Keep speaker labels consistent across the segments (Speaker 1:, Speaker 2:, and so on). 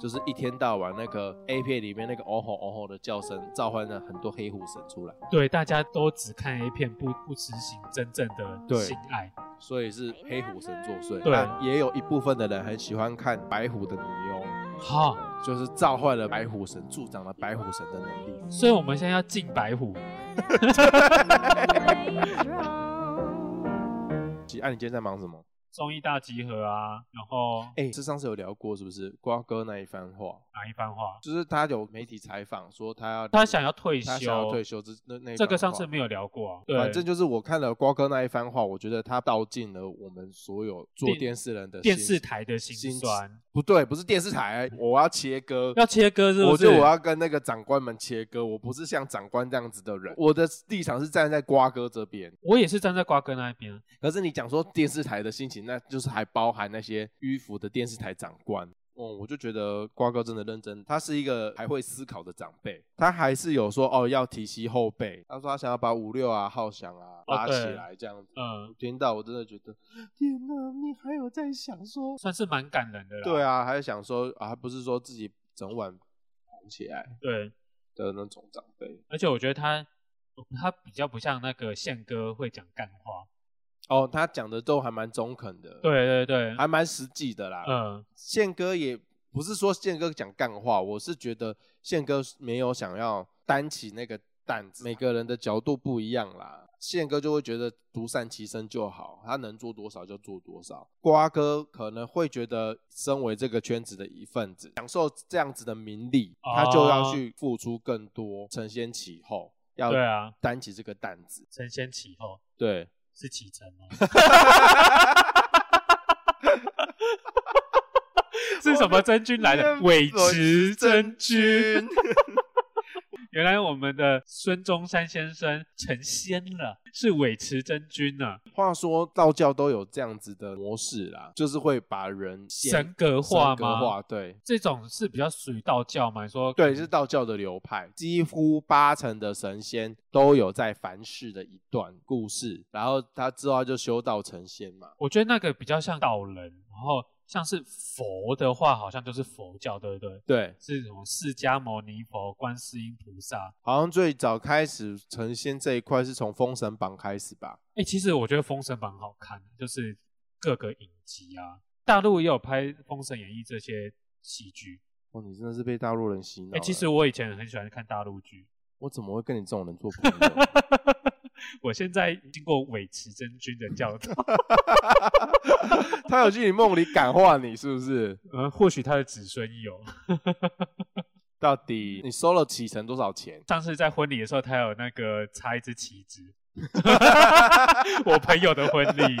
Speaker 1: 就是一天到晚那个 A 片里面那个哦吼哦吼的叫声，召唤了很多黑虎神出来，
Speaker 2: 对，大家都只看 A 片，不不执行真正的
Speaker 1: 对
Speaker 2: 性爱。
Speaker 1: 所以是黑虎神作祟。
Speaker 2: 对
Speaker 1: 但也有一部分的人很喜欢看白虎的女优，
Speaker 2: 好，
Speaker 1: 就是召唤了白虎神，助长了白虎神的能力。
Speaker 2: 所以我们现在要进白虎，
Speaker 1: 其实，啊，你今天在忙什么？
Speaker 2: 综艺大集合啊，然后
Speaker 1: 哎，这上次有聊过是不是？瓜哥那一番话，
Speaker 2: 哪一番话？
Speaker 1: 就是他有媒体采访说他要
Speaker 2: 他想要退
Speaker 1: 他想要
Speaker 2: 休，
Speaker 1: 退休，这那那一
Speaker 2: 这个
Speaker 1: 番
Speaker 2: 上
Speaker 1: 话
Speaker 2: 次没有聊过啊。
Speaker 1: 反正
Speaker 2: 对，
Speaker 1: 就是我看了瓜哥那一番话，我觉得他道尽了我们所有做
Speaker 2: 电
Speaker 1: 电视人的
Speaker 2: 电
Speaker 1: 辛
Speaker 2: 视台的辛
Speaker 1: 辛
Speaker 2: 酸
Speaker 1: 不对，不是电视台，我要切割，
Speaker 2: 要切割是不
Speaker 1: 我
Speaker 2: 是？
Speaker 1: 就我要跟那个长官们切割，我不是像长官这样子的人，我的立场是站在瓜哥这边。
Speaker 2: 我也是站在瓜哥那一边，
Speaker 1: 可是你讲说电视台的心情，那就是还包含那些迂腐的电视台长官。哦，我就觉得瓜哥真的认真，他是一个还会思考的长辈，他还是有说哦要提携后辈，他说他想要把五六啊、浩翔啊拉起
Speaker 2: 哦对
Speaker 1: 来这样子。
Speaker 2: 嗯，
Speaker 1: 听到我真的觉得，天哪，你还有在想说？
Speaker 2: 算是蛮感人的啦。
Speaker 1: 对，啊，还有想说啊，还不是说自己整晚捧起来
Speaker 2: 对，
Speaker 1: 的那种长辈。
Speaker 2: 而且我觉得他他比较不像那个宪哥会讲干话，
Speaker 1: 哦，他讲的都还蛮中肯的，，
Speaker 2: 对对对，
Speaker 1: 还蛮实际的啦。
Speaker 2: 嗯，
Speaker 1: 宪哥也不是说宪哥讲干话，我是觉得宪哥没有想要担起那个担子，每个人的角度不一样啦。宪哥就会觉得独善其身就好，他能做多少就做多少。瓜哥可能会觉得，身为这个圈子的一份子，享受这样子的名利，
Speaker 2: 哦
Speaker 1: 他就要去付出更多，承先启后，要
Speaker 2: 对啊，
Speaker 1: 担起这个担子。
Speaker 2: 承先启后
Speaker 1: 对，
Speaker 2: 是启程 吗？ 是什么真菌来的？伪植真菌。原来我们的孙中山先生成仙了，是伪持真菌啊呢，
Speaker 1: 话说道教都有这样子的模式啦，就是会把人先
Speaker 2: 神格化
Speaker 1: 神格
Speaker 2: 吗？
Speaker 1: 化对
Speaker 2: 这种是比较属于道教嘛？你说
Speaker 1: 对，是道教的流派，几乎八成的神仙都有在凡世的一段故事，然后他之后他就修道成仙嘛。
Speaker 2: 我觉得那个比较像道人，然后像是佛的话，好像就是佛教，对不对？
Speaker 1: 对，
Speaker 2: 是什么释迦牟尼佛、观世音菩萨？
Speaker 1: 好像最早开始成仙这一块是从《封神榜》开始吧？
Speaker 2: 哎、其实我觉得《封神榜》好看，啊就是各个影集啊，大陆也有拍《封神演义》这些戏剧。
Speaker 1: 哦，你真的是被大陆人洗脑
Speaker 2: 哎、
Speaker 1: 了。
Speaker 2: 其实我以前很喜欢看大陆剧，
Speaker 1: 我怎么会跟你这种人做朋友？
Speaker 2: 我现在经过韦持真君的教导，
Speaker 1: 他有去你梦里感化你，是不是？
Speaker 2: 呃，或许他的子孙有。
Speaker 1: 到底你收了启程多少钱？
Speaker 2: 上次在婚礼的时候，他有那个插一支旗帜， 我朋友的婚礼，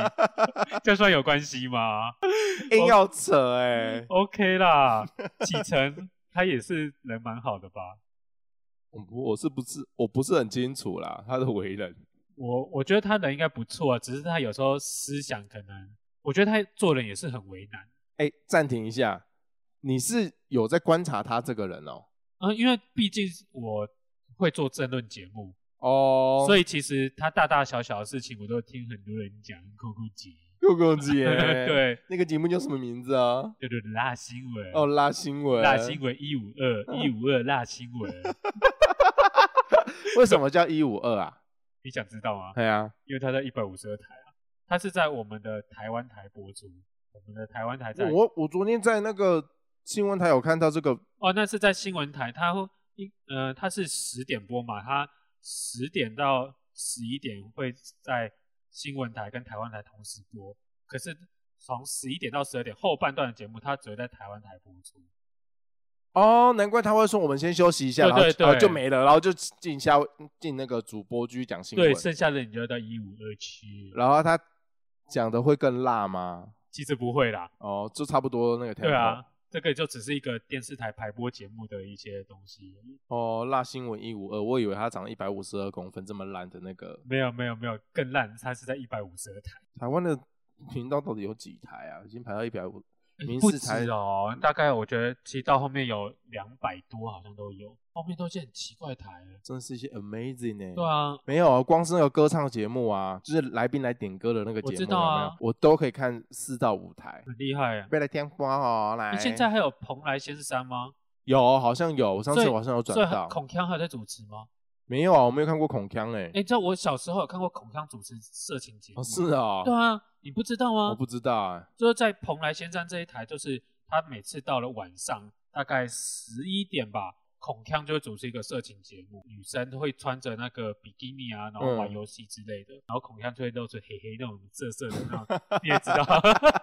Speaker 2: 这算有关系吗
Speaker 1: 硬要扯哎、
Speaker 2: ？OK 啦，启程他也是人蛮好的吧？
Speaker 1: 我我是不是我不是很清楚啦，他的为人。
Speaker 2: 我我觉得他人应该不错啊，只是他有时候思想可能，我觉得他做人也是很为难。
Speaker 1: 哎，暂停一下，你是有在观察他这个人哦？
Speaker 2: 嗯，因为毕竟我会做政论节目，
Speaker 1: 哦
Speaker 2: 所
Speaker 1: 以
Speaker 2: 以其实他大大小小的事情，我都听很多人讲，扣扣 姐，
Speaker 1: 酷酷姐，
Speaker 2: 对，
Speaker 1: 那个节目叫什么名字啊？
Speaker 2: 对对，辣新闻，
Speaker 1: 哦，辣新闻，
Speaker 2: 辣新，闻一五二一五二辣新闻，
Speaker 1: 为什么叫一五二 啊？
Speaker 2: 你想知道吗？
Speaker 1: 对啊，
Speaker 2: 因为它在一百五十二台啊，它是在我们的台湾台播出，我们的台湾台在
Speaker 1: 我我昨天在那个新闻台有看到这个，
Speaker 2: 哦，那是在新闻台，它会一呃它是十点播嘛，它十点到十一点会在新闻台跟台湾台同时播，可是从十一点到十二点后半段的节目，它只会在台湾台播出。
Speaker 1: 哦，难怪他会说我们先休息一下，
Speaker 2: 对
Speaker 1: 然后
Speaker 2: 对
Speaker 1: 就呃
Speaker 2: 对
Speaker 1: 就没了，然后就进下进那个主播局讲新闻
Speaker 2: 对，，剩下的你就要到一五二七，
Speaker 1: 然后他讲的会更辣吗？
Speaker 2: 其实不会啦，
Speaker 1: 哦，就差不多那个 tempo。
Speaker 2: 对啊，这个就只是一个电视台排播节目的一些东西而已。
Speaker 1: 哦，辣新闻一五二，我以为他长一百五十二公分这么烂的那个
Speaker 2: 没有没有没有，更烂，它是在一百五十二台。
Speaker 1: 台湾的频道到底有几台啊？已经排到一百五，民
Speaker 2: 不
Speaker 1: 视
Speaker 2: 止
Speaker 1: 台
Speaker 2: 哦，大概我觉得其实到后面有两百多，好像都有，后面都是很奇怪的台了。
Speaker 1: 真的是一些 amazing 哎、
Speaker 2: 对啊，
Speaker 1: 没有啊，光是那个歌唱节目啊，就是来宾来点歌的那个节目，
Speaker 2: 我知道啊
Speaker 1: 有没有我都可以看四到五台。
Speaker 2: 很厉害啊。
Speaker 1: 别来听歌哦，来。
Speaker 2: 你现在还有蓬莱仙山吗？
Speaker 1: 有，好像有，我上
Speaker 2: 所
Speaker 1: 次
Speaker 2: 以
Speaker 1: 我好像有转
Speaker 2: 所以
Speaker 1: 到。
Speaker 2: 孔锵还有在主持吗？
Speaker 1: 没有啊，我没有看过孔锵哎、
Speaker 2: 哎、你知道我小时候有看过孔锵主持色情节目，
Speaker 1: 哦，是啊、
Speaker 2: 对啊，你不知道吗？
Speaker 1: 我不知道哎、
Speaker 2: 就是在蓬莱仙山这一台，就是他每次到了晚上大概十一点吧，孔锵就会主持一个色情节目，女生会穿着那个比基尼啊，然后玩
Speaker 1: 嗯
Speaker 2: 游戏之类的，然后孔锵就会露出黑黑那种色色的那种，你也知道。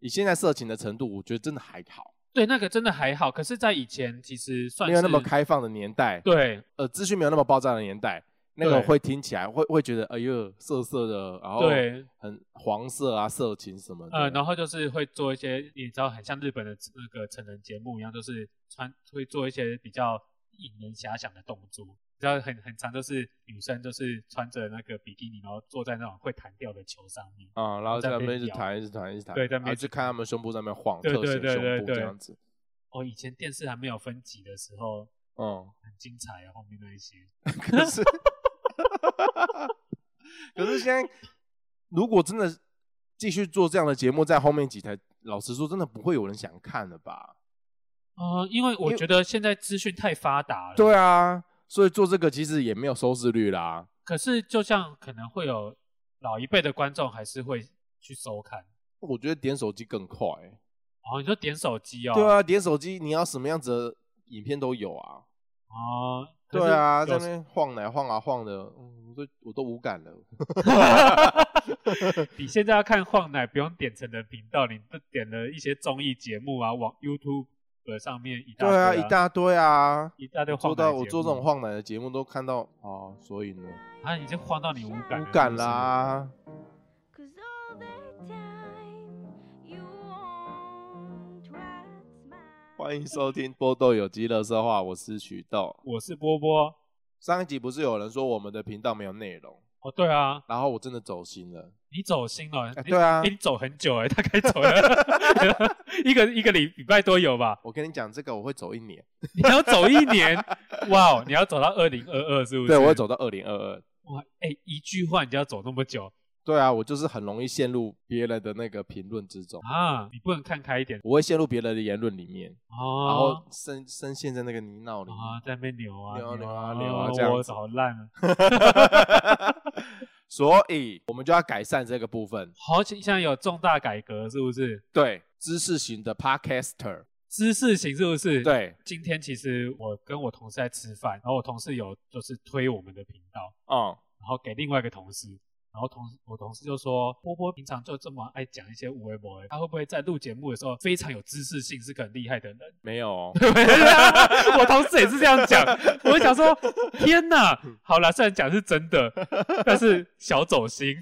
Speaker 1: 以现在色情的程度，我觉得真的还好，
Speaker 2: 对，那个真的还好，可是，在以前其实算
Speaker 1: 没有
Speaker 2: 是
Speaker 1: 那么开放的年代，
Speaker 2: 对，
Speaker 1: 呃，资讯没有那么爆炸的年代，那个
Speaker 2: 对
Speaker 1: 会听起来会会觉得哎呦涩涩的，然后
Speaker 2: 对
Speaker 1: 很黄色啊色情什么的，
Speaker 2: 呃，然后就是会做一些，你知道，很像日本的那个成人节目一样，就是穿会做一些比较引人遐想的动作。你知道很很常就是女生就是穿着那个比基尼，然后坐在那种会弹掉的球上面。
Speaker 1: 啊、然后在
Speaker 2: 在
Speaker 1: 那
Speaker 2: 边
Speaker 1: 边一直
Speaker 2: 摇
Speaker 1: 弹一直弹一直弹，
Speaker 2: 对在那
Speaker 1: 然后
Speaker 2: 边
Speaker 1: 就看他们胸部在那边晃，
Speaker 2: 对对
Speaker 1: 特写
Speaker 2: 对对
Speaker 1: 胸部这
Speaker 2: 对
Speaker 1: 样子，
Speaker 2: 哦，以前电视还没有分级的时候，
Speaker 1: 嗯，
Speaker 2: 很精彩啊，后面那一些。
Speaker 1: 可是可是现在如果真的继续做这样的节目，在后面几台，老实说，真的不会有人想看了吧？
Speaker 2: 呃，因为
Speaker 1: 因
Speaker 2: 我
Speaker 1: 为
Speaker 2: 觉得现在资讯太发达了。
Speaker 1: 对。啊，所以做这个其实也没有收视率啦。
Speaker 2: 可是就像可能会有老一辈的观众还是会去收看。
Speaker 1: 我觉得点手机更快、
Speaker 2: 哦，你说点手机哦？
Speaker 1: 对。啊，点手机你要什么样子的影片都有啊。
Speaker 2: 哦。可是
Speaker 1: 对啊，
Speaker 2: 有
Speaker 1: 在那边晃来晃啊晃的，嗯，我都我都无感了。
Speaker 2: 你现在要看晃奶，不用点成人频道，你都点了一些综艺节目啊，往 YouTube 上面一大
Speaker 1: 对
Speaker 2: 堆、
Speaker 1: 啊，一大堆啊。
Speaker 2: 一大堆晃
Speaker 1: 做
Speaker 2: 奶
Speaker 1: 到我
Speaker 2: 节
Speaker 1: 做这
Speaker 2: 目
Speaker 1: 种晃奶的节目都看到哦，所以呢，
Speaker 2: 啊，已经晃到你无感了
Speaker 1: 无感。啦。
Speaker 3: Cause all the time you won't what's mine.
Speaker 1: 欢迎收听波豆有机乐色话，我是曲豆
Speaker 2: 是。不是我是波波，
Speaker 1: 上一集不是有人说我们的频道没有内容，
Speaker 2: 哦对啊，
Speaker 1: 然后我真的走心了。
Speaker 2: 你走心了，
Speaker 1: 哎
Speaker 2: 你
Speaker 1: 对啊
Speaker 2: 哎你走很久哎、大概走了一个一个礼礼拜都有吧？
Speaker 1: 我跟你讲，这个我会走一年。
Speaker 2: 你要走一年，哇哦，你要走到二零二二是不是？
Speaker 1: 对，我会走到二零二二。
Speaker 2: 哇，哎、一句话你就要走那么久
Speaker 1: 对啊，我就是很容易陷入别人的那个评论之中，
Speaker 2: 啊，你不能看开一点
Speaker 1: 我会陷入别人的言论里面，
Speaker 2: 哦。
Speaker 1: 然后深深陷在那个泥淖里面。
Speaker 2: 啊，在那边扭啊
Speaker 1: 扭啊
Speaker 2: 扭
Speaker 1: 扭啊扭啊
Speaker 2: 哦
Speaker 1: 这样
Speaker 2: 我
Speaker 1: 子
Speaker 2: 好烂啊！
Speaker 1: 所以我们就要改善这个部分。
Speaker 2: 好，现在有重大改革是不是？
Speaker 1: 对，知识型的 podcaster，
Speaker 2: 知识型是不是？。
Speaker 1: 对，
Speaker 2: 今天其实我跟我同事在吃饭，然后我同事有就是推我们的频道，
Speaker 1: 哦、
Speaker 2: 然后给另外一个同事，然后同我同事就说，波波平常就这么爱讲一些无为博，他会不会在录节目的时候非常有知识性，是个很厉害的人？ 啊
Speaker 1: 没有哦，
Speaker 2: 我同事也是这样讲，我想说，天哪，好啦，虽然讲是真的，但是小走心。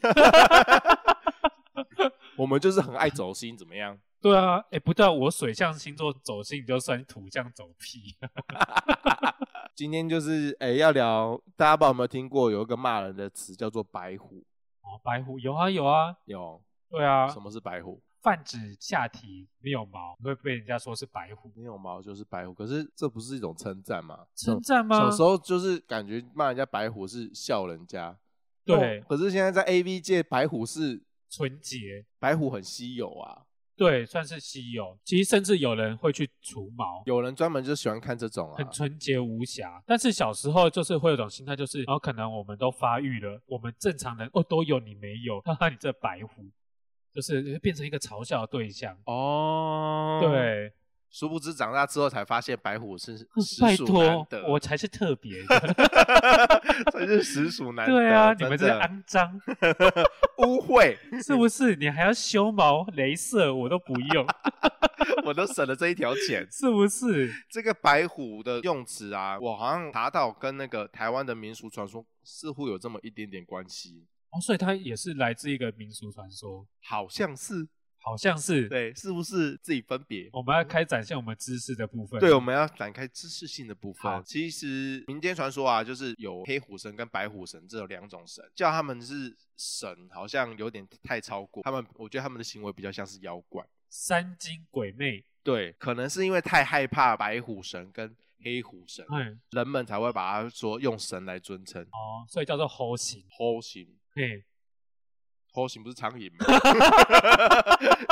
Speaker 1: 我们就是很爱走心，怎么样？
Speaker 2: 对啊，哎、不对啊，我水象星座走心，你就算土象走屁。啊
Speaker 1: 今天就是哎，要聊大家不知道有没有听过有一个骂人的词叫做“白虎
Speaker 2: 哦，白虎有啊有啊，”，
Speaker 1: 有、
Speaker 2: 对啊，
Speaker 1: 什么是白虎？
Speaker 2: 泛指下体没有毛，会被人家说是白虎，
Speaker 1: 没有毛就是白虎，可是这不是一种称赞吗？
Speaker 2: 称赞吗？
Speaker 1: 小时候就是感觉骂人家白虎是笑人家，
Speaker 2: 对
Speaker 1: 哦，可是现在在 A V 界，白虎是
Speaker 2: 纯洁，
Speaker 1: 白虎很稀有啊，
Speaker 2: 对，算是稀有。其实甚至有人会去除毛，
Speaker 1: 有人专门就喜欢看这种
Speaker 2: 很
Speaker 1: 啊。
Speaker 2: 纯洁无瑕。但是小时候就是会有种心态，就是然后可能我们都发育了，我们正常人哦都有，你没有，哈哈，你这白虎，就是变成一个嘲笑的对象。
Speaker 1: 哦，，
Speaker 2: 对，嗯
Speaker 1: 殊不知长大之后才发现白虎是
Speaker 2: 拜
Speaker 1: 实属难
Speaker 2: 托
Speaker 1: 得，，
Speaker 2: 我才是特别 的。
Speaker 1: 才是实属难得。
Speaker 2: 对啊，你
Speaker 1: 真
Speaker 2: 们这
Speaker 1: 的
Speaker 2: 肮脏，
Speaker 1: 污秽，
Speaker 2: 是不是？你还要修毛、镭射，我都不用，
Speaker 1: 我都省了这一条钱。
Speaker 2: 是不是？
Speaker 1: 这个白虎的用词啊，我好像查到跟那个台湾的民俗传说似乎有这么一点点关系，
Speaker 2: 哦，所以它也是来自一个民俗传说，
Speaker 1: 好像是
Speaker 2: 好像是。，
Speaker 1: 对，是不是自己分别？
Speaker 2: 我们要开展现我们知识的部分。
Speaker 1: 对，我们要展开知识性的部分
Speaker 2: 好。
Speaker 1: 其实民间传说啊，就是有黑虎神跟白虎神这有两种神，叫他们是神，好像有点太超过他们。我觉得他们的行为比较像是妖怪，
Speaker 2: 三精鬼魅，
Speaker 1: 对，可能是因为太害怕白虎神跟黑虎神，
Speaker 2: 嗯，
Speaker 1: 人们才会把它说用神来尊称。
Speaker 2: 哦，所以叫做猴形，
Speaker 1: 偷行，
Speaker 2: 嘿，
Speaker 1: 偷行不是苍蝇吗？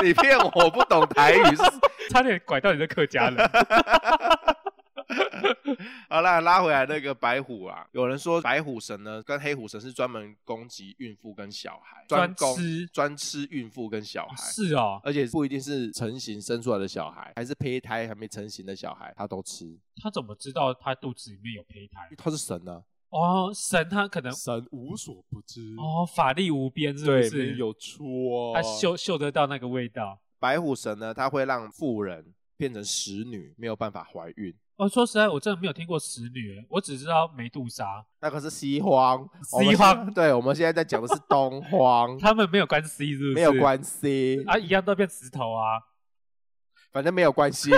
Speaker 1: 你骗我不懂台语是
Speaker 2: 差点拐到你的客 家人，哦
Speaker 1: 好啦，拉回来那个白虎啊，有人说白虎神呢跟黑虎神是专门攻击孕妇跟小孩，
Speaker 2: 专
Speaker 1: 攻
Speaker 2: 吃
Speaker 1: 专吃孕妇跟小孩，
Speaker 2: 是哦，
Speaker 1: 而且不一定是成型生出来的小孩，还是胚胎还没成型的小孩，他都吃，
Speaker 2: 他怎么知道他肚子里面有胚胎
Speaker 1: 因为？他是神啊，
Speaker 2: 哦，神他可能
Speaker 1: 神无所不知
Speaker 2: 哦，法力无边，是不
Speaker 1: 对，
Speaker 2: 是？
Speaker 1: 没有错、
Speaker 2: 他嗅嗅得到那个味道。
Speaker 1: 白虎神呢，他会让妇人变成使女，没有办法怀孕。
Speaker 2: 哦，说实在，我真的没有听过使女，我只知道梅杜莎，
Speaker 1: 那个是西荒，
Speaker 2: 西
Speaker 1: 我们现
Speaker 2: 荒
Speaker 1: 对，我们现在在讲的是东荒
Speaker 2: ，他们没有关系，是不是？
Speaker 1: 没有关系，
Speaker 2: 啊，一样都变石头啊。
Speaker 1: 反正没有关系。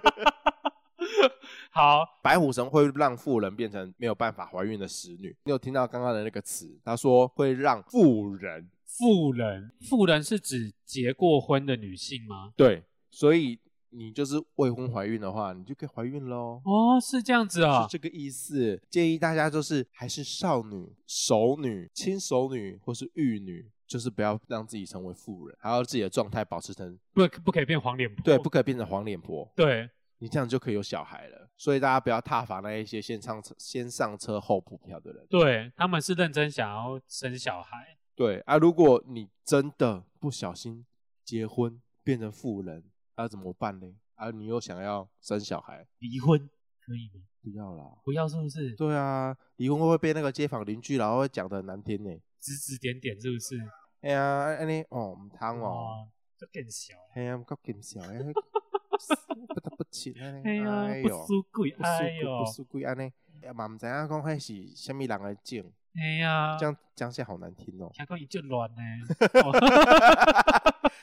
Speaker 2: 好，
Speaker 1: 白虎神会让妇人变成没有办法怀孕的使女。你有听到刚刚的那个词？他说会让妇人
Speaker 2: 妇人，妇人是指结过婚的女性吗？
Speaker 1: 对，所以你就是未婚怀孕的话，你就可以怀孕喽。
Speaker 2: 哦，是这样子
Speaker 1: 是
Speaker 2: 啊、
Speaker 1: 这个意思，建议大家就是还是少女、熟女、亲熟女或是玉女，就是不要让自己成为妇人，还要自己的状态保持成
Speaker 2: 不，不可以变黄脸婆。
Speaker 1: 对，不可以变成黄脸婆，
Speaker 2: 对，
Speaker 1: 你这样就可以有小孩了。所以大家不要踏伐那一些先上车先上车后补票的人。
Speaker 2: 对，他们是认真想要生小孩。
Speaker 1: 对啊，如果你真的不小心结婚变成富人，那、怎么办呢？啊，你又想要生小孩，
Speaker 2: 离婚可以吗？
Speaker 1: 不要啦。
Speaker 2: 不要是不是？
Speaker 1: 对啊，离婚会不会被那个街坊邻居然后会讲的难听呢？
Speaker 2: 指指点点是不是？
Speaker 1: 哎呀，安尼哦，唔通哦，
Speaker 2: 哦，这更小。
Speaker 1: 哎呀，够见笑哎， 不得不起 安
Speaker 2: 哎
Speaker 1: 尼，
Speaker 2: 呀，
Speaker 1: 哎
Speaker 2: 不
Speaker 1: 呦，
Speaker 2: 输鬼，
Speaker 1: 不
Speaker 2: 哎呦
Speaker 1: 不，输贵安尼，哎嘛唔知影讲迄是虾米人的种，
Speaker 2: 哎呀，
Speaker 1: 这样讲起来好难听 哦。
Speaker 2: 听讲伊就乱呢。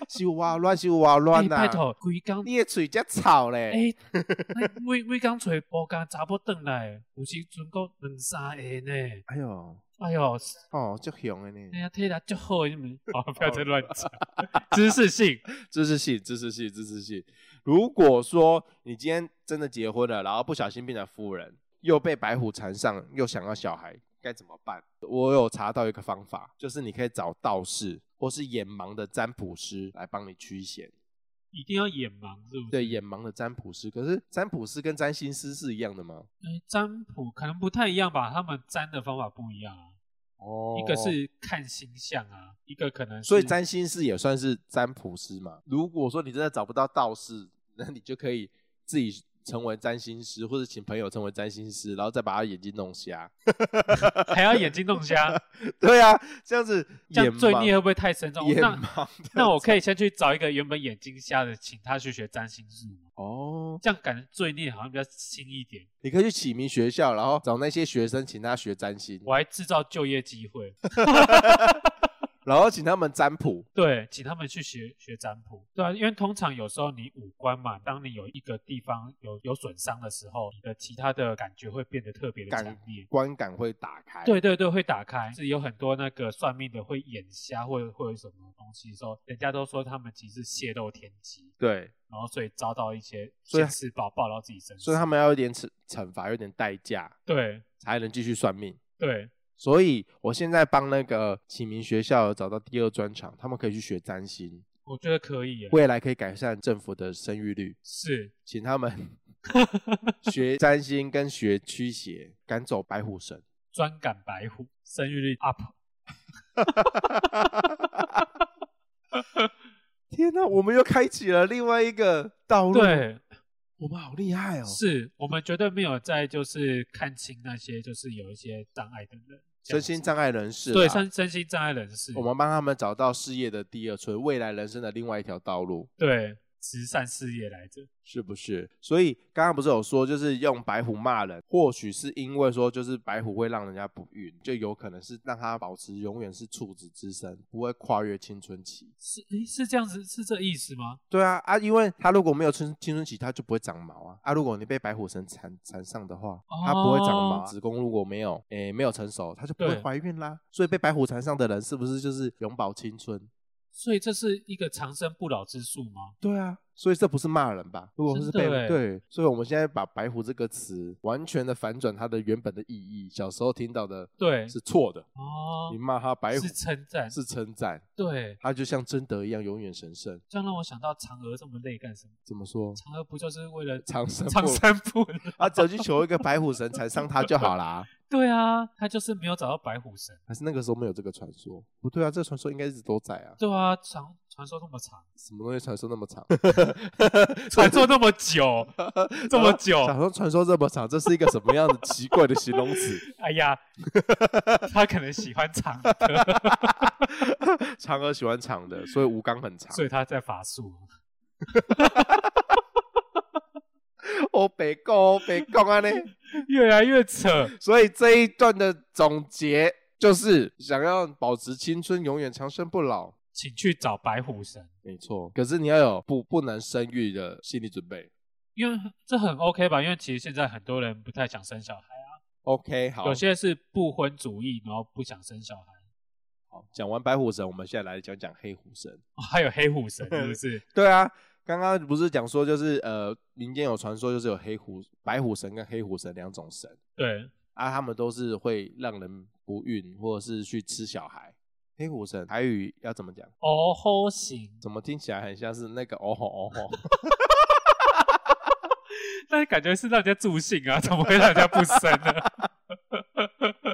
Speaker 1: 是哇乱，是哇 乱啊
Speaker 2: 哎
Speaker 1: 呐！
Speaker 2: 拜托，规工
Speaker 1: 你的嘴遮臭嘞！
Speaker 2: 哎， 那每每工找婆家查某转来，有时存够两三个呢。
Speaker 1: 哎呦，
Speaker 2: 哎呦，
Speaker 1: 哦，足凶的
Speaker 2: 哎
Speaker 1: 呢！
Speaker 2: 呀，体力足好 的，你们好，不要再乱讲，
Speaker 1: 哦
Speaker 2: 知识性。
Speaker 1: 知识性，知识性，知识性。如果说你今天真的结婚了，然后不小心变成夫人，又被白虎缠上，又想要小孩，该怎么办？我有查到一个方法，就是你可以找道士或是眼盲的占卜师来帮你驱邪。
Speaker 2: 一定要眼盲，是不是？
Speaker 1: 对，眼盲的占卜师，可是占卜师跟占星师是一样的吗？
Speaker 2: 哎，占卜可能不太一样吧，他们占的方法不一样啊。
Speaker 1: 哦
Speaker 2: 一个是看星象啊，一个可能是
Speaker 1: 所以占星师也算是占卜师嘛。如果说你真的找不到道士，那你就可以自己成为占星师，或者请朋友成为占星师，然后再把他眼睛弄瞎。
Speaker 2: 还要眼睛弄瞎，
Speaker 1: 对啊，这样子
Speaker 2: 这
Speaker 1: 眼
Speaker 2: 样罪孽
Speaker 1: 盲
Speaker 2: 会不会太深重？
Speaker 1: 眼
Speaker 2: 那
Speaker 1: 盲的
Speaker 2: 那我可以先去找一个原本眼睛瞎的，请他去学占星术吗？
Speaker 1: 哦，
Speaker 2: 这样感觉罪孽好像比较轻一点。
Speaker 1: 你可以去启明学校，然后找那些学生，请他学占星，
Speaker 2: 我还制造就业机会，
Speaker 1: 然后请他们占卜。
Speaker 2: 对，请他们去学学占卜，对啊，因为通常有时候你五官嘛，当你有一个地方有有损伤的时候，你的其他的感觉会变得特别的
Speaker 1: 感
Speaker 2: 强烈。
Speaker 1: 观感会打开，
Speaker 2: 对对对，会打开，是有很多那个算命的会眼瞎或者或者什么东西的时候，人家都说他们其实是泄露天机，
Speaker 1: 对，
Speaker 2: 然后所以遭到一些
Speaker 1: 所以
Speaker 2: 现世报报到自己身上。
Speaker 1: 所以他们要有点惩惩罚，有点代价，
Speaker 2: 对
Speaker 1: 才能继续算命。
Speaker 2: 对，
Speaker 1: 所以我现在帮那个启明学校找到第二专场，他们可以去学占星，
Speaker 2: 我觉得可以耶，
Speaker 1: 未来可以改善政府的生育率，
Speaker 2: 是
Speaker 1: 请他 们学占星跟学驱邪，赶走白虎神。
Speaker 2: 专赶白虎，生育率 up。
Speaker 1: 天哪、我们又开启了另外一个道路，
Speaker 2: 对，
Speaker 1: 我们好厉害哦！
Speaker 2: 是我们绝对没有在就是看清那些就是有一些障碍的人，
Speaker 1: 身心障碍人士啦，
Speaker 2: 对身身心障碍人士，
Speaker 1: 我们帮他们找到事业的第二春，未来人生的另外一条道路。
Speaker 2: 对慈善事业来着，
Speaker 1: 是不是？所以刚刚不是有说，就是用白虎骂人，或许是因为说，就是白虎会让人家不孕，就有可能是让他保持永远是处子之身，不会跨越青春期。
Speaker 2: 是诶是这样子是这意思吗？
Speaker 1: 对啊啊，因为他如果没有青青春期，他就不会长毛啊啊！如果你被白虎神缠缠上的话，他不会长毛啊，
Speaker 2: 哦
Speaker 1: 子宫如果没有诶、没有成熟，他就不会
Speaker 2: 对
Speaker 1: 怀孕啦。所以被白虎缠上的人是不是就是永葆青春？
Speaker 2: 所以这是一个长生不老之术吗？
Speaker 1: 对啊，所以这不是骂人吧？如果是被
Speaker 2: 真的欸
Speaker 1: 对，所以我们现在把“白狐”这个词完全的反转它的原本的意义。小时候听到的
Speaker 2: 对
Speaker 1: 是错的，
Speaker 2: 哎哦
Speaker 1: 你，骂他白狐
Speaker 2: 是称赞，
Speaker 1: 是称赞，
Speaker 2: 对，
Speaker 1: 他就像真德一样永远神圣。
Speaker 2: 这样让我想到嫦娥这么累干什么？
Speaker 1: 怎么 说？
Speaker 2: 嫦娥不就是为了
Speaker 1: 长生
Speaker 2: 长
Speaker 1: 不
Speaker 2: 生不老？
Speaker 1: 啊，只要去求一个白虎神缠上他就好啦。
Speaker 2: 对啊，她就是没有找到白虎神。
Speaker 1: 还是那个时候没有这个传说？不对啊，这个传说应该一直都在啊。
Speaker 2: 对啊，传传说那 么长，
Speaker 1: 什么东西传说那么长？
Speaker 2: 传说那么 久，这么久
Speaker 1: 想说传说这么长，这是一个什么样的奇怪的形容词？
Speaker 2: 哎呀，他可能喜欢长的，
Speaker 1: 嫦娥喜欢长的，所以吴刚很长。
Speaker 2: 所以他在法术。
Speaker 1: 哦，北宫，哦北宫啊呢。
Speaker 2: 越来越扯，
Speaker 1: 所以这一段的总结就是，想要保持青春，永远长生不老。
Speaker 2: 请去找白虎神，
Speaker 1: 没错，可是你要有不不能生育的心理准备。
Speaker 2: 因为这很 OK 吧？因为其实现在很多人不太想生小孩啊，
Speaker 1: OK，好
Speaker 2: 有，些是不婚主义，然后不想生小孩，
Speaker 1: 好讲完白虎神，我们现在来讲讲黑虎神。
Speaker 2: 哦还有黑虎神是 不是？
Speaker 1: 对啊，刚刚不是讲说就是呃，民间有传说就是有黑虎、白虎神跟黑虎神两种神
Speaker 2: 对，
Speaker 1: 啊，他们都是会让人不孕或者是去吃小孩。黑虎神台语要怎么讲？
Speaker 2: 哦吼型，
Speaker 1: 怎么听起来很像是那个哦吼哦吼？
Speaker 2: 但感觉是让人家助兴啊，怎么会让人家不生呢？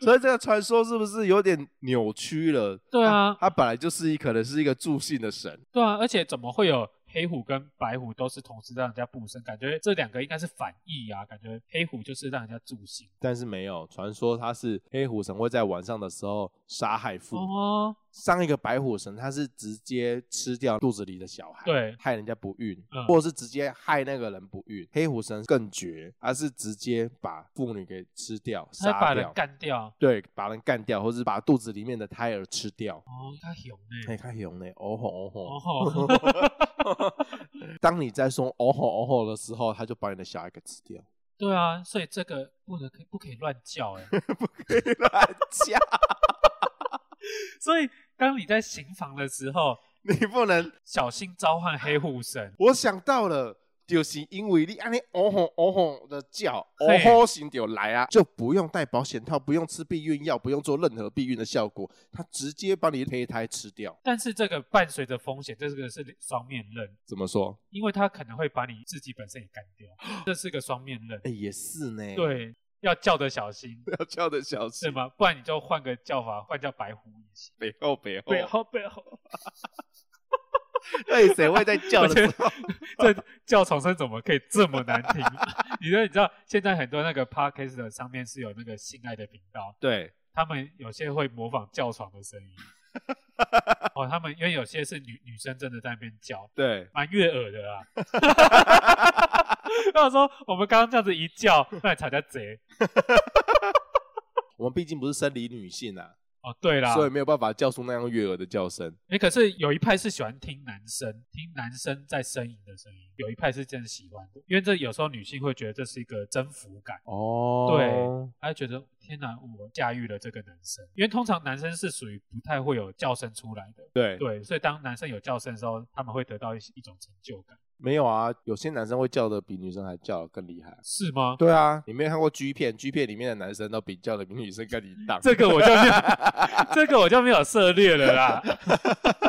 Speaker 1: 所以这个传说是不是有点扭曲了？
Speaker 2: 对啊
Speaker 1: 他本来就是一可能是一个助兴的神，
Speaker 2: 对啊，而且怎么会有黑虎跟白虎都是同时让人家不生？感觉这两个应该是反义啊，感觉黑虎就是让人家助兴
Speaker 1: 但是没有传说他是黑虎神会在晚上的时候杀害妇女。
Speaker 2: 哦，
Speaker 1: 上一个白虎神他是直接吃掉肚子里的小孩，
Speaker 2: 对
Speaker 1: 害人家不孕，
Speaker 2: 嗯
Speaker 1: 或者是直接害那个人不孕。黑虎神更绝，他是直接把妇女给吃掉、
Speaker 2: 他
Speaker 1: 杀
Speaker 2: 把人
Speaker 1: 掉，
Speaker 2: 干掉
Speaker 1: 对，把人干掉，或是把肚子里面的胎儿吃掉。
Speaker 2: 哦，他熊
Speaker 1: 哎，
Speaker 2: 呢？
Speaker 1: 看熊呢，哦吼哦吼。
Speaker 2: 哦吼，
Speaker 1: 当你在说哦吼哦吼的时候，他就把你的小孩给吃 掉，
Speaker 2: 对啊，所以这个不能可以不可以乱叫哎、
Speaker 1: 不可以乱叫，
Speaker 2: 所以当你在行房的时候，
Speaker 1: 你不能。
Speaker 2: 小心召唤黑虎神，
Speaker 1: 我想到了，就是因为你安尼哦吼哦吼的叫， 哦
Speaker 2: 嘿
Speaker 1: 吼型就来啊，就不用戴保险套，不用吃避孕药，不用做任何避孕的效果，他直接把你胚胎吃掉。
Speaker 2: 但是这个伴随着风险，这个是双面刃，
Speaker 1: 怎么说？
Speaker 2: 因为他可能会把你自己本身也干掉，这是个双面刃。
Speaker 1: 哎、也是 呢。，
Speaker 2: 对，要叫的小心。
Speaker 1: 要叫的小
Speaker 2: 是
Speaker 1: 心，
Speaker 2: 吗？不然你就换个叫法，换叫白狐也行。
Speaker 1: 背后 背后，
Speaker 2: 后背后，
Speaker 1: 对，谁会在叫的 时候？
Speaker 2: 这叫重生怎么可以这么难听？你知道，你知道现在很多那个 podcast 的上面是有那个性爱的频道，
Speaker 1: 对，
Speaker 2: 他们有些会模仿叫床的声音。哦，他们因为有些是女女生真的在那边叫，
Speaker 1: 对，
Speaker 2: 蛮悦耳的啦。 他说我们刚刚这样子一叫，那你吵架贼。
Speaker 1: 我们毕竟不是生理女性啊，
Speaker 2: 哦，对啦，
Speaker 1: 所以没有办法叫出那样悦耳的叫声。
Speaker 2: 哎、可是有一派是喜欢听男生听男生在呻吟的声音，有一派是真的喜欢的，因为这有时候女性会觉得这是一个征服感，
Speaker 1: 哦，
Speaker 2: 她会觉得天哪，我驾驭了这个男生。因为通常男生是属于不太会有叫声出来的，
Speaker 1: 对对，
Speaker 2: 对，所以当男生有叫声的时候，他们会得到一些一种成就感，
Speaker 1: 没有啊，有些男生会叫的比女生还叫得更厉害。
Speaker 2: 是吗？
Speaker 1: 对啊，你没有看过 G 片？G 片里面的男生都比叫的比女生 更淫荡。
Speaker 2: 这个我就没有，这个我就没有涉猎了啦。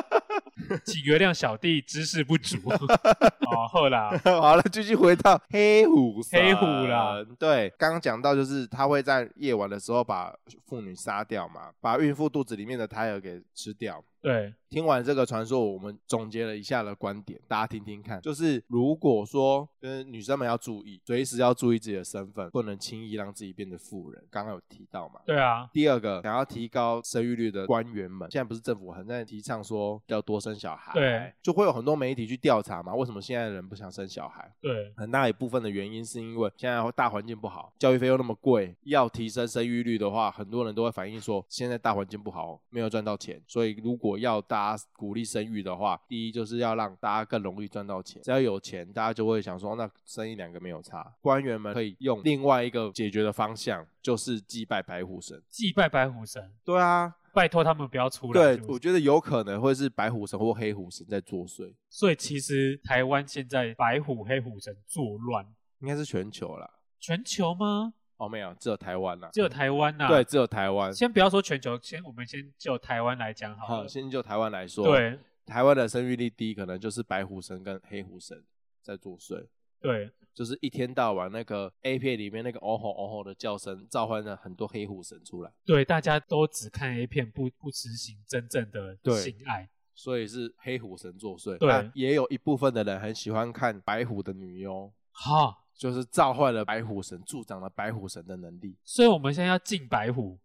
Speaker 2: 请原谅小弟知识不足。 哦，后啦，
Speaker 1: 好了，继续回到黑虎神
Speaker 2: 黑虎啦。
Speaker 1: 对，刚刚讲到就是他会在夜晚的时候把妇女杀掉嘛，把孕妇肚子里面的胎儿给吃掉。
Speaker 2: 对，
Speaker 1: 听完这个传说，我们总结了一下的观点，大家听听看。就是如果说，呃，女生们要注意，随时要注意自己的身份，不能轻易让自己变得妇人。刚刚有提到嘛。
Speaker 2: 对啊，
Speaker 1: 第二个，想要提高生育率的官员们，现在不是政府很在提倡说要多生小孩，
Speaker 2: 对，
Speaker 1: 就会有很多媒体去调查嘛，为什么现在的人不想生小孩？
Speaker 2: 对，
Speaker 1: 很大一部分的原因是因为现在大环境不好，教育费又那么贵，要提升生育率的话，很多人都会反映说，现在大环境不好，哦没有赚到钱，所以如果要大家鼓励生育的话，第一就是要让大家更容易赚到钱，只要有钱，大家就会想说，那生一两个没有差。官员们可以用另外一个解决的方向，就是祭拜白虎神。
Speaker 2: 祭拜白虎神。
Speaker 1: 对啊，
Speaker 2: 拜托他们不要出来。
Speaker 1: 对
Speaker 2: 是，不
Speaker 1: 我
Speaker 2: 是
Speaker 1: 觉得有可能会是白虎神或黑虎神在作祟，
Speaker 2: 所以其实台湾现在白虎、黑虎神作乱，
Speaker 1: 应该是全球啦。
Speaker 2: 全球吗？
Speaker 1: 哦，没有，只有台湾啦。
Speaker 2: 只有台湾啊呐、
Speaker 1: 对，，只有台湾。
Speaker 2: 先不要说全球，先我们先就台湾来讲好
Speaker 1: 好，
Speaker 2: 了。
Speaker 1: 先就台湾来说，，
Speaker 2: 对
Speaker 1: 台湾的生育率低，可能就是白虎神跟黑虎神在作祟，
Speaker 2: 对，
Speaker 1: 就是一天到晚那个 A 片里面那个哦吼哦吼的叫声，召唤了很多黑虎神出来，
Speaker 2: 对，大家都只看 A 片，不不执行真正的
Speaker 1: 对
Speaker 2: 性爱。
Speaker 1: 所以是黑虎神作祟。
Speaker 2: 对
Speaker 1: 那也有一部分的人很喜欢看白虎的女优，
Speaker 2: 好、
Speaker 1: 就是召唤了白虎神，助长了白虎神的能力。
Speaker 2: 所以我们现在要禁 白虎。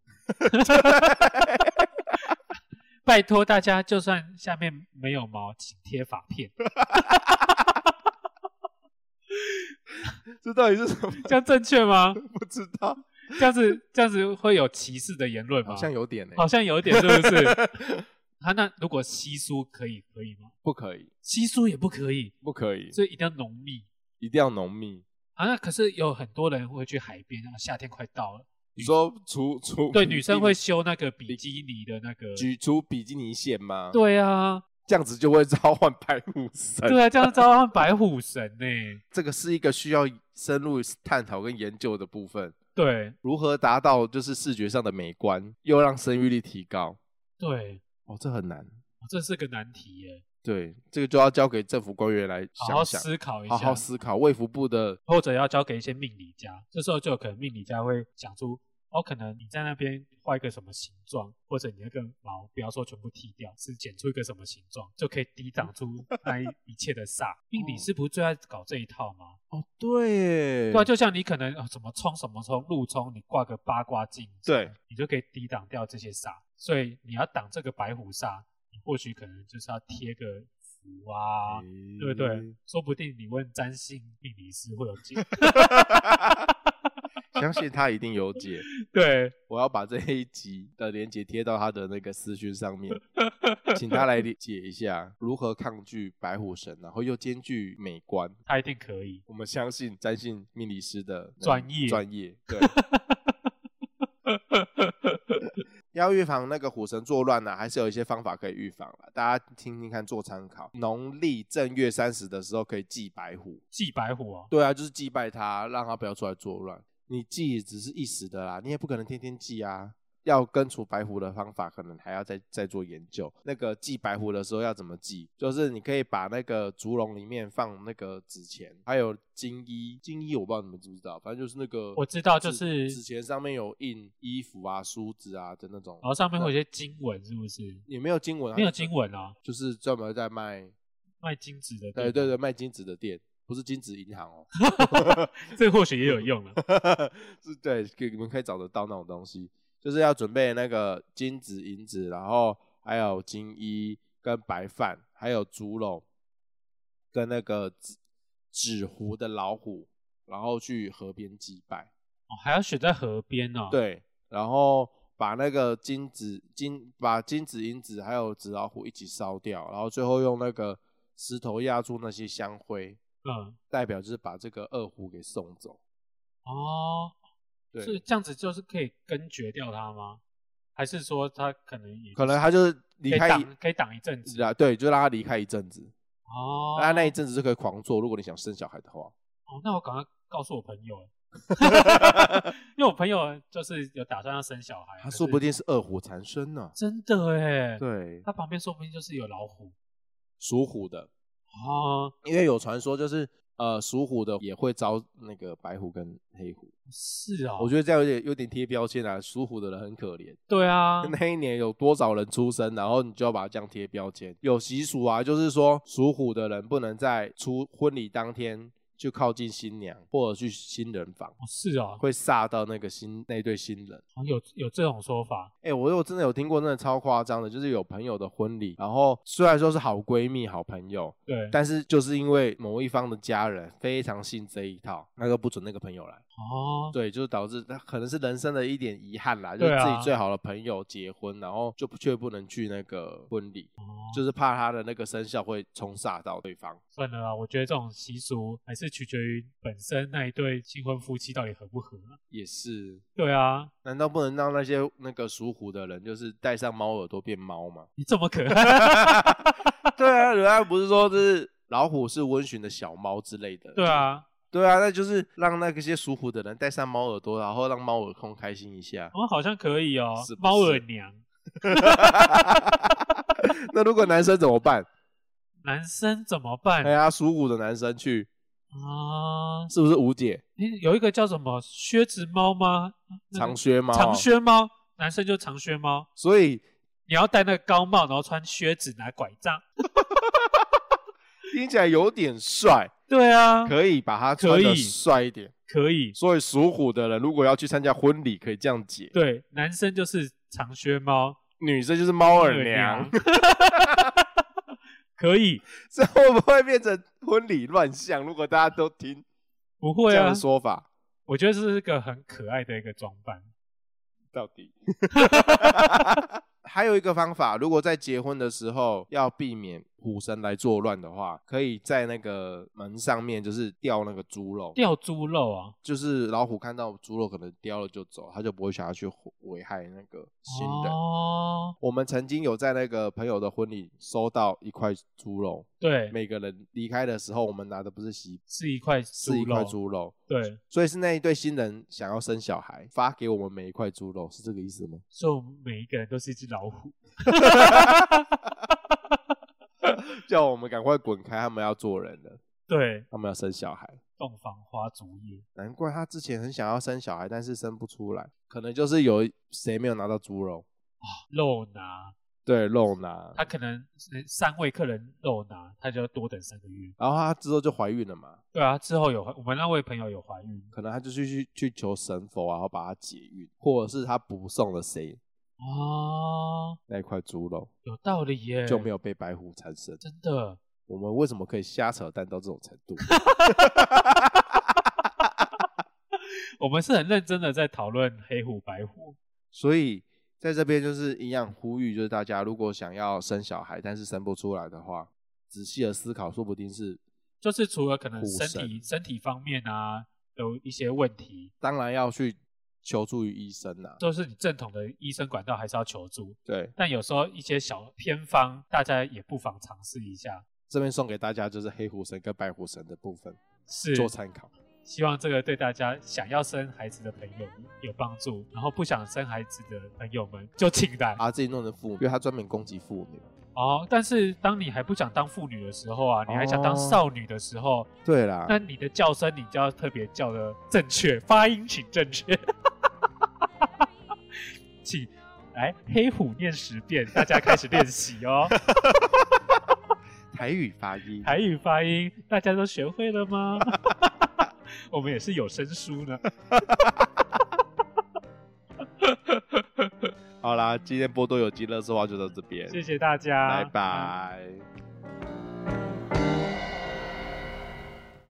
Speaker 2: 拜托大家，就算下面没有毛，请贴发片，
Speaker 1: 这到底是什么？
Speaker 2: 这样正确吗？
Speaker 1: 不知道，
Speaker 2: 这样子这样子会有歧视的言论吗？
Speaker 1: 好像有点呢、
Speaker 2: 啊
Speaker 1: 欸
Speaker 2: 好像有一点，是不是？ 啊，那如果稀疏可以可以吗？
Speaker 1: 不可以，
Speaker 2: 稀疏也不可以，
Speaker 1: 不可以，
Speaker 2: 所以一定要浓密
Speaker 1: 一定要浓密。
Speaker 2: 啊。那可是有很多人会去海边，啊，夏天快到了，
Speaker 1: 你说除除
Speaker 2: 对，女生会修那个比基尼的那个，
Speaker 1: 举出比基尼线吗？，
Speaker 2: 对啊，
Speaker 1: 这样子就会召唤白虎神。
Speaker 2: 对啊，这样召唤白虎神呢、
Speaker 1: 这个是一个需要深入探讨跟研究的部分，
Speaker 2: 对
Speaker 1: 如何达到就是视觉上的美观，又让生育率提高。
Speaker 2: 对，
Speaker 1: 哦，这很难。
Speaker 2: 这是个难题耶，
Speaker 1: 对，这个就要交给政府官员来
Speaker 2: 好好
Speaker 1: 想想，
Speaker 2: 思考一
Speaker 1: 好
Speaker 2: 下，
Speaker 1: 好思考。卫福部的
Speaker 2: 或者要交给一些命理家，这时候就有可能命理家会讲出，哦，可能你在那边画一个什么形状，或者你那个毛不要说全部剃掉，是剪出一个什么形状，就可以抵 挡住那一一切的煞。命理师不是最爱搞这一套吗？
Speaker 1: 哦，对耶，
Speaker 2: 对啊，就像你可能、哦、怎么冲什么冲，路冲，你挂个八卦镜，
Speaker 1: 对，
Speaker 2: 你就可以抵挡掉这些煞。所以你要挡这个白虎煞，你或许可能就是要贴个符啊，对不对？说不定你问占星命理师会有解。
Speaker 1: 相信他一定有解。
Speaker 2: 对，
Speaker 1: 我要把这一集的链接贴到他的那个私讯上面，请他 来理解一下如何抗拒白虎神，然后又兼具美观。
Speaker 2: 他一定 可以。
Speaker 1: 我们相信占星命理师的能
Speaker 2: 专业
Speaker 1: 专业 对。要预防那个虎神作乱呢、啊还是有一些方法可以预防了。大家听听看，做参考。农历正月三十的时候可以祭白虎，
Speaker 2: 祭白虎哦，
Speaker 1: 对啊，就是祭拜他，让他不要出来作乱。你祭只是一时的啦，你也不可能天天祭啊。要根除白狐的方法，可能还要再再做研究。那个祭白狐的时候要怎么祭？就是你可以把那个竹笼里面放那个纸钱，还有金衣。金衣我不知道你们知不知道，反正就是那个
Speaker 2: 我知道
Speaker 1: 纸
Speaker 2: 就是
Speaker 1: 纸钱上面有印衣服啊、梳子啊的那种。
Speaker 2: 然后上面会有一些经文，是不是？
Speaker 1: 也没有经文啊，
Speaker 2: 哦没有经文啊，
Speaker 1: 就是专门在卖，
Speaker 2: 卖金子的。
Speaker 1: 对对对，，卖金子的店，不是金子银行哦。
Speaker 2: 这或许也有用了。啊
Speaker 1: 是对，可以你们可以找得到那种东西，就是要准备那个金子、银子，然后还有金衣跟白饭，还有竹笼跟那个纸纸糊的老虎，然后去河边祭拜。
Speaker 2: 哦，还要选在河边哦。，
Speaker 1: 对，然后把那个金子金把金子、银子还有纸老虎一起烧掉，然后最后用那个石头压住那些香灰，
Speaker 2: 嗯，
Speaker 1: 代表就是把这个恶虎给送走。
Speaker 2: 哦，
Speaker 1: 对，
Speaker 2: 是这样子，就是可以根绝掉它吗？还是说它可能也
Speaker 1: 可能他就是离
Speaker 2: 可以
Speaker 1: 开一
Speaker 2: 挡，可以挡一阵子
Speaker 1: 啊，对，就让他离开一阵子，
Speaker 2: 哦
Speaker 1: 那、，他那一阵子就可以狂做。如果你想生小孩的话，
Speaker 2: 哦，那我赶快告诉我朋友， 因为我朋友就是有打算要生小孩，
Speaker 1: 他
Speaker 2: 可是
Speaker 1: 说不定是二虎缠身呢、
Speaker 2: 真的哎，
Speaker 1: 对，
Speaker 2: 他旁边说不定就是有老虎
Speaker 1: 属虎的，
Speaker 2: 哦，
Speaker 1: 因为有传说就是呃，属虎的也会招那个白虎跟黑虎。
Speaker 2: 是哦，
Speaker 1: 我觉
Speaker 2: 得
Speaker 1: 得这样有点有点贴标签啊，属虎的人很可怜。
Speaker 2: 对啊，
Speaker 1: 那一年有多少人出生，然后你就要把它这样贴标签。有习俗啊，就是说属虎的人不能在出婚礼当天就靠近新娘或者去新人房，
Speaker 2: 哦是哦，
Speaker 1: 会煞到那个新那对新人。
Speaker 2: 好像有有这种说法，
Speaker 1: 哎、我有真的有听过，真的超夸张的，就是有朋友的婚礼，然后虽然说是好闺蜜、好朋友，
Speaker 2: 对，
Speaker 1: 但是就是因为某一方的家人非常信这一套，那就不准那个朋友来。
Speaker 2: 哦，
Speaker 1: 对，就是导致那可能是人生的一点遗憾啦，就
Speaker 2: 对
Speaker 1: 是
Speaker 2: 啊
Speaker 1: 自己最好的朋友结婚，然后就不却不能去那个婚礼，
Speaker 2: 哦
Speaker 1: 就是怕他的那个生肖会冲煞到对方。
Speaker 2: 算了啦，我觉得这种习俗还是取决于本身那一对新婚夫妻到底合不合啊、
Speaker 1: 也是，
Speaker 2: 对啊，
Speaker 1: 难道不能让那些那个属虎的人，就是戴上猫耳朵变猫吗？
Speaker 2: 你这么可爱，
Speaker 1: 对啊，人家不是说就是老虎是温驯的小猫之类的。
Speaker 2: 对，啊，
Speaker 1: 对啊，那就是让那个些属虎的人戴上猫耳朵，然后让猫耳空开心一下。
Speaker 2: 我们好像可以哦
Speaker 1: 是，不是
Speaker 2: 猫耳娘，
Speaker 1: 那如果男生怎么办？
Speaker 2: 男生怎么办
Speaker 1: 哎呀，属虎的男生去，
Speaker 2: 啊？
Speaker 1: 是不是无解？
Speaker 2: 诶有一个叫什么靴子猫吗？那个
Speaker 1: 长靴猫、
Speaker 2: 长。靴猫，男生就长靴猫，
Speaker 1: 所以
Speaker 2: 你要戴那个高帽，然后穿靴子，拿拐杖。
Speaker 1: 听起来有点帅，
Speaker 2: 对啊，
Speaker 1: 可以把它
Speaker 2: 可
Speaker 1: 穿的
Speaker 2: 以
Speaker 1: 帅一点。
Speaker 2: 可以，
Speaker 1: 所以属虎的人如果要去参加婚礼，可以这样解。
Speaker 2: 对，男生就是长靴猫，
Speaker 1: 女生就是猫耳
Speaker 2: 娘
Speaker 1: 娘，
Speaker 2: 可以，
Speaker 1: 这会不会变成婚礼乱象？如果大家都听
Speaker 2: 不
Speaker 1: 这
Speaker 2: 会
Speaker 1: 样
Speaker 2: 啊
Speaker 1: 的。说法，
Speaker 2: 我觉得这是一个很可爱的一个装扮。
Speaker 1: 到底？ 还有一个方法，如果在结婚的时候要避免虎神来作乱的话，可以在那个门上面就是吊那个猪肉，
Speaker 2: 吊猪肉啊，
Speaker 1: 就是老虎看到猪肉可能叼了就走，它就不会想要去危害那个新人。
Speaker 2: 哦，
Speaker 1: 我们曾经有在那个朋友的婚礼收到一块猪肉，
Speaker 2: 对，
Speaker 1: 每个人离开的时候，我们拿的不是洗，
Speaker 2: 是一块猪
Speaker 1: 是一块
Speaker 2: 肉
Speaker 1: 猪肉，
Speaker 2: 对，
Speaker 1: 所以是那一对新人想要生小孩，发给我们每一块猪肉，是这个意思吗？
Speaker 2: 所以我们每一个人都是一只老虎。
Speaker 1: 叫我们赶快滚开，他们要做人了，
Speaker 2: 对，
Speaker 1: 他们要生小孩。
Speaker 2: 洞房花烛夜，
Speaker 1: 难怪他之前很想要生小孩，但是生不出来，可能就是有谁没有拿到猪肉，
Speaker 2: 肉拿，
Speaker 1: 对肉拿，
Speaker 2: 他可能呃三位客人肉拿，他就要多等三个月。
Speaker 1: 然后她之后就怀孕了嘛，
Speaker 2: 对啊，之后有怀我们那位朋友有怀孕
Speaker 1: 可能她就去去去求神佛啊，然后把它解孕，或者是她不送了谁
Speaker 2: 哦，
Speaker 1: 那一块猪肉，
Speaker 2: 有道理耶，
Speaker 1: 就没有被白虎缠身。
Speaker 2: 真的
Speaker 1: 我们为什么可以瞎扯淡到这种程度？
Speaker 2: 我们是很认真的在讨论黑虎白虎。
Speaker 1: 所以在这边就是一样呼吁，就是大家如果想要生小孩，但是生不出来的话，仔细的思考，说不定是
Speaker 2: 就是除了可能
Speaker 1: 虎
Speaker 2: 身体身体方面啊有一些问题，
Speaker 1: 当然要去求助于医生啦、
Speaker 2: 就是你正统的医生管道还是要求助，
Speaker 1: 对，
Speaker 2: 但有时候一些小偏方，大家也不妨尝试一下。
Speaker 1: 这边送给大家就是黑虎神跟白虎神的部分
Speaker 2: 是，
Speaker 1: 做参考。
Speaker 2: 希望这个对大家想要生孩子的朋友有帮助，然后不想生孩子的朋友们就请来。
Speaker 1: 把自己弄成父母，因为他专门攻击父母。
Speaker 2: 哦，但是当你还不想当妇女的时候啊，你还想当
Speaker 1: 哦
Speaker 2: 少女的时候，
Speaker 1: 对啦，
Speaker 2: 那你的叫声你就要特别叫的正确，发音请正确。 请来黑虎念十遍，大家开始练习 哦。
Speaker 1: 台语发音，
Speaker 2: 台语发音大家都学会了吗？ 我们也是有声书呢。
Speaker 1: 好啦，今天波多有机乐色话就到这边，
Speaker 2: 谢谢大家，
Speaker 1: 拜拜。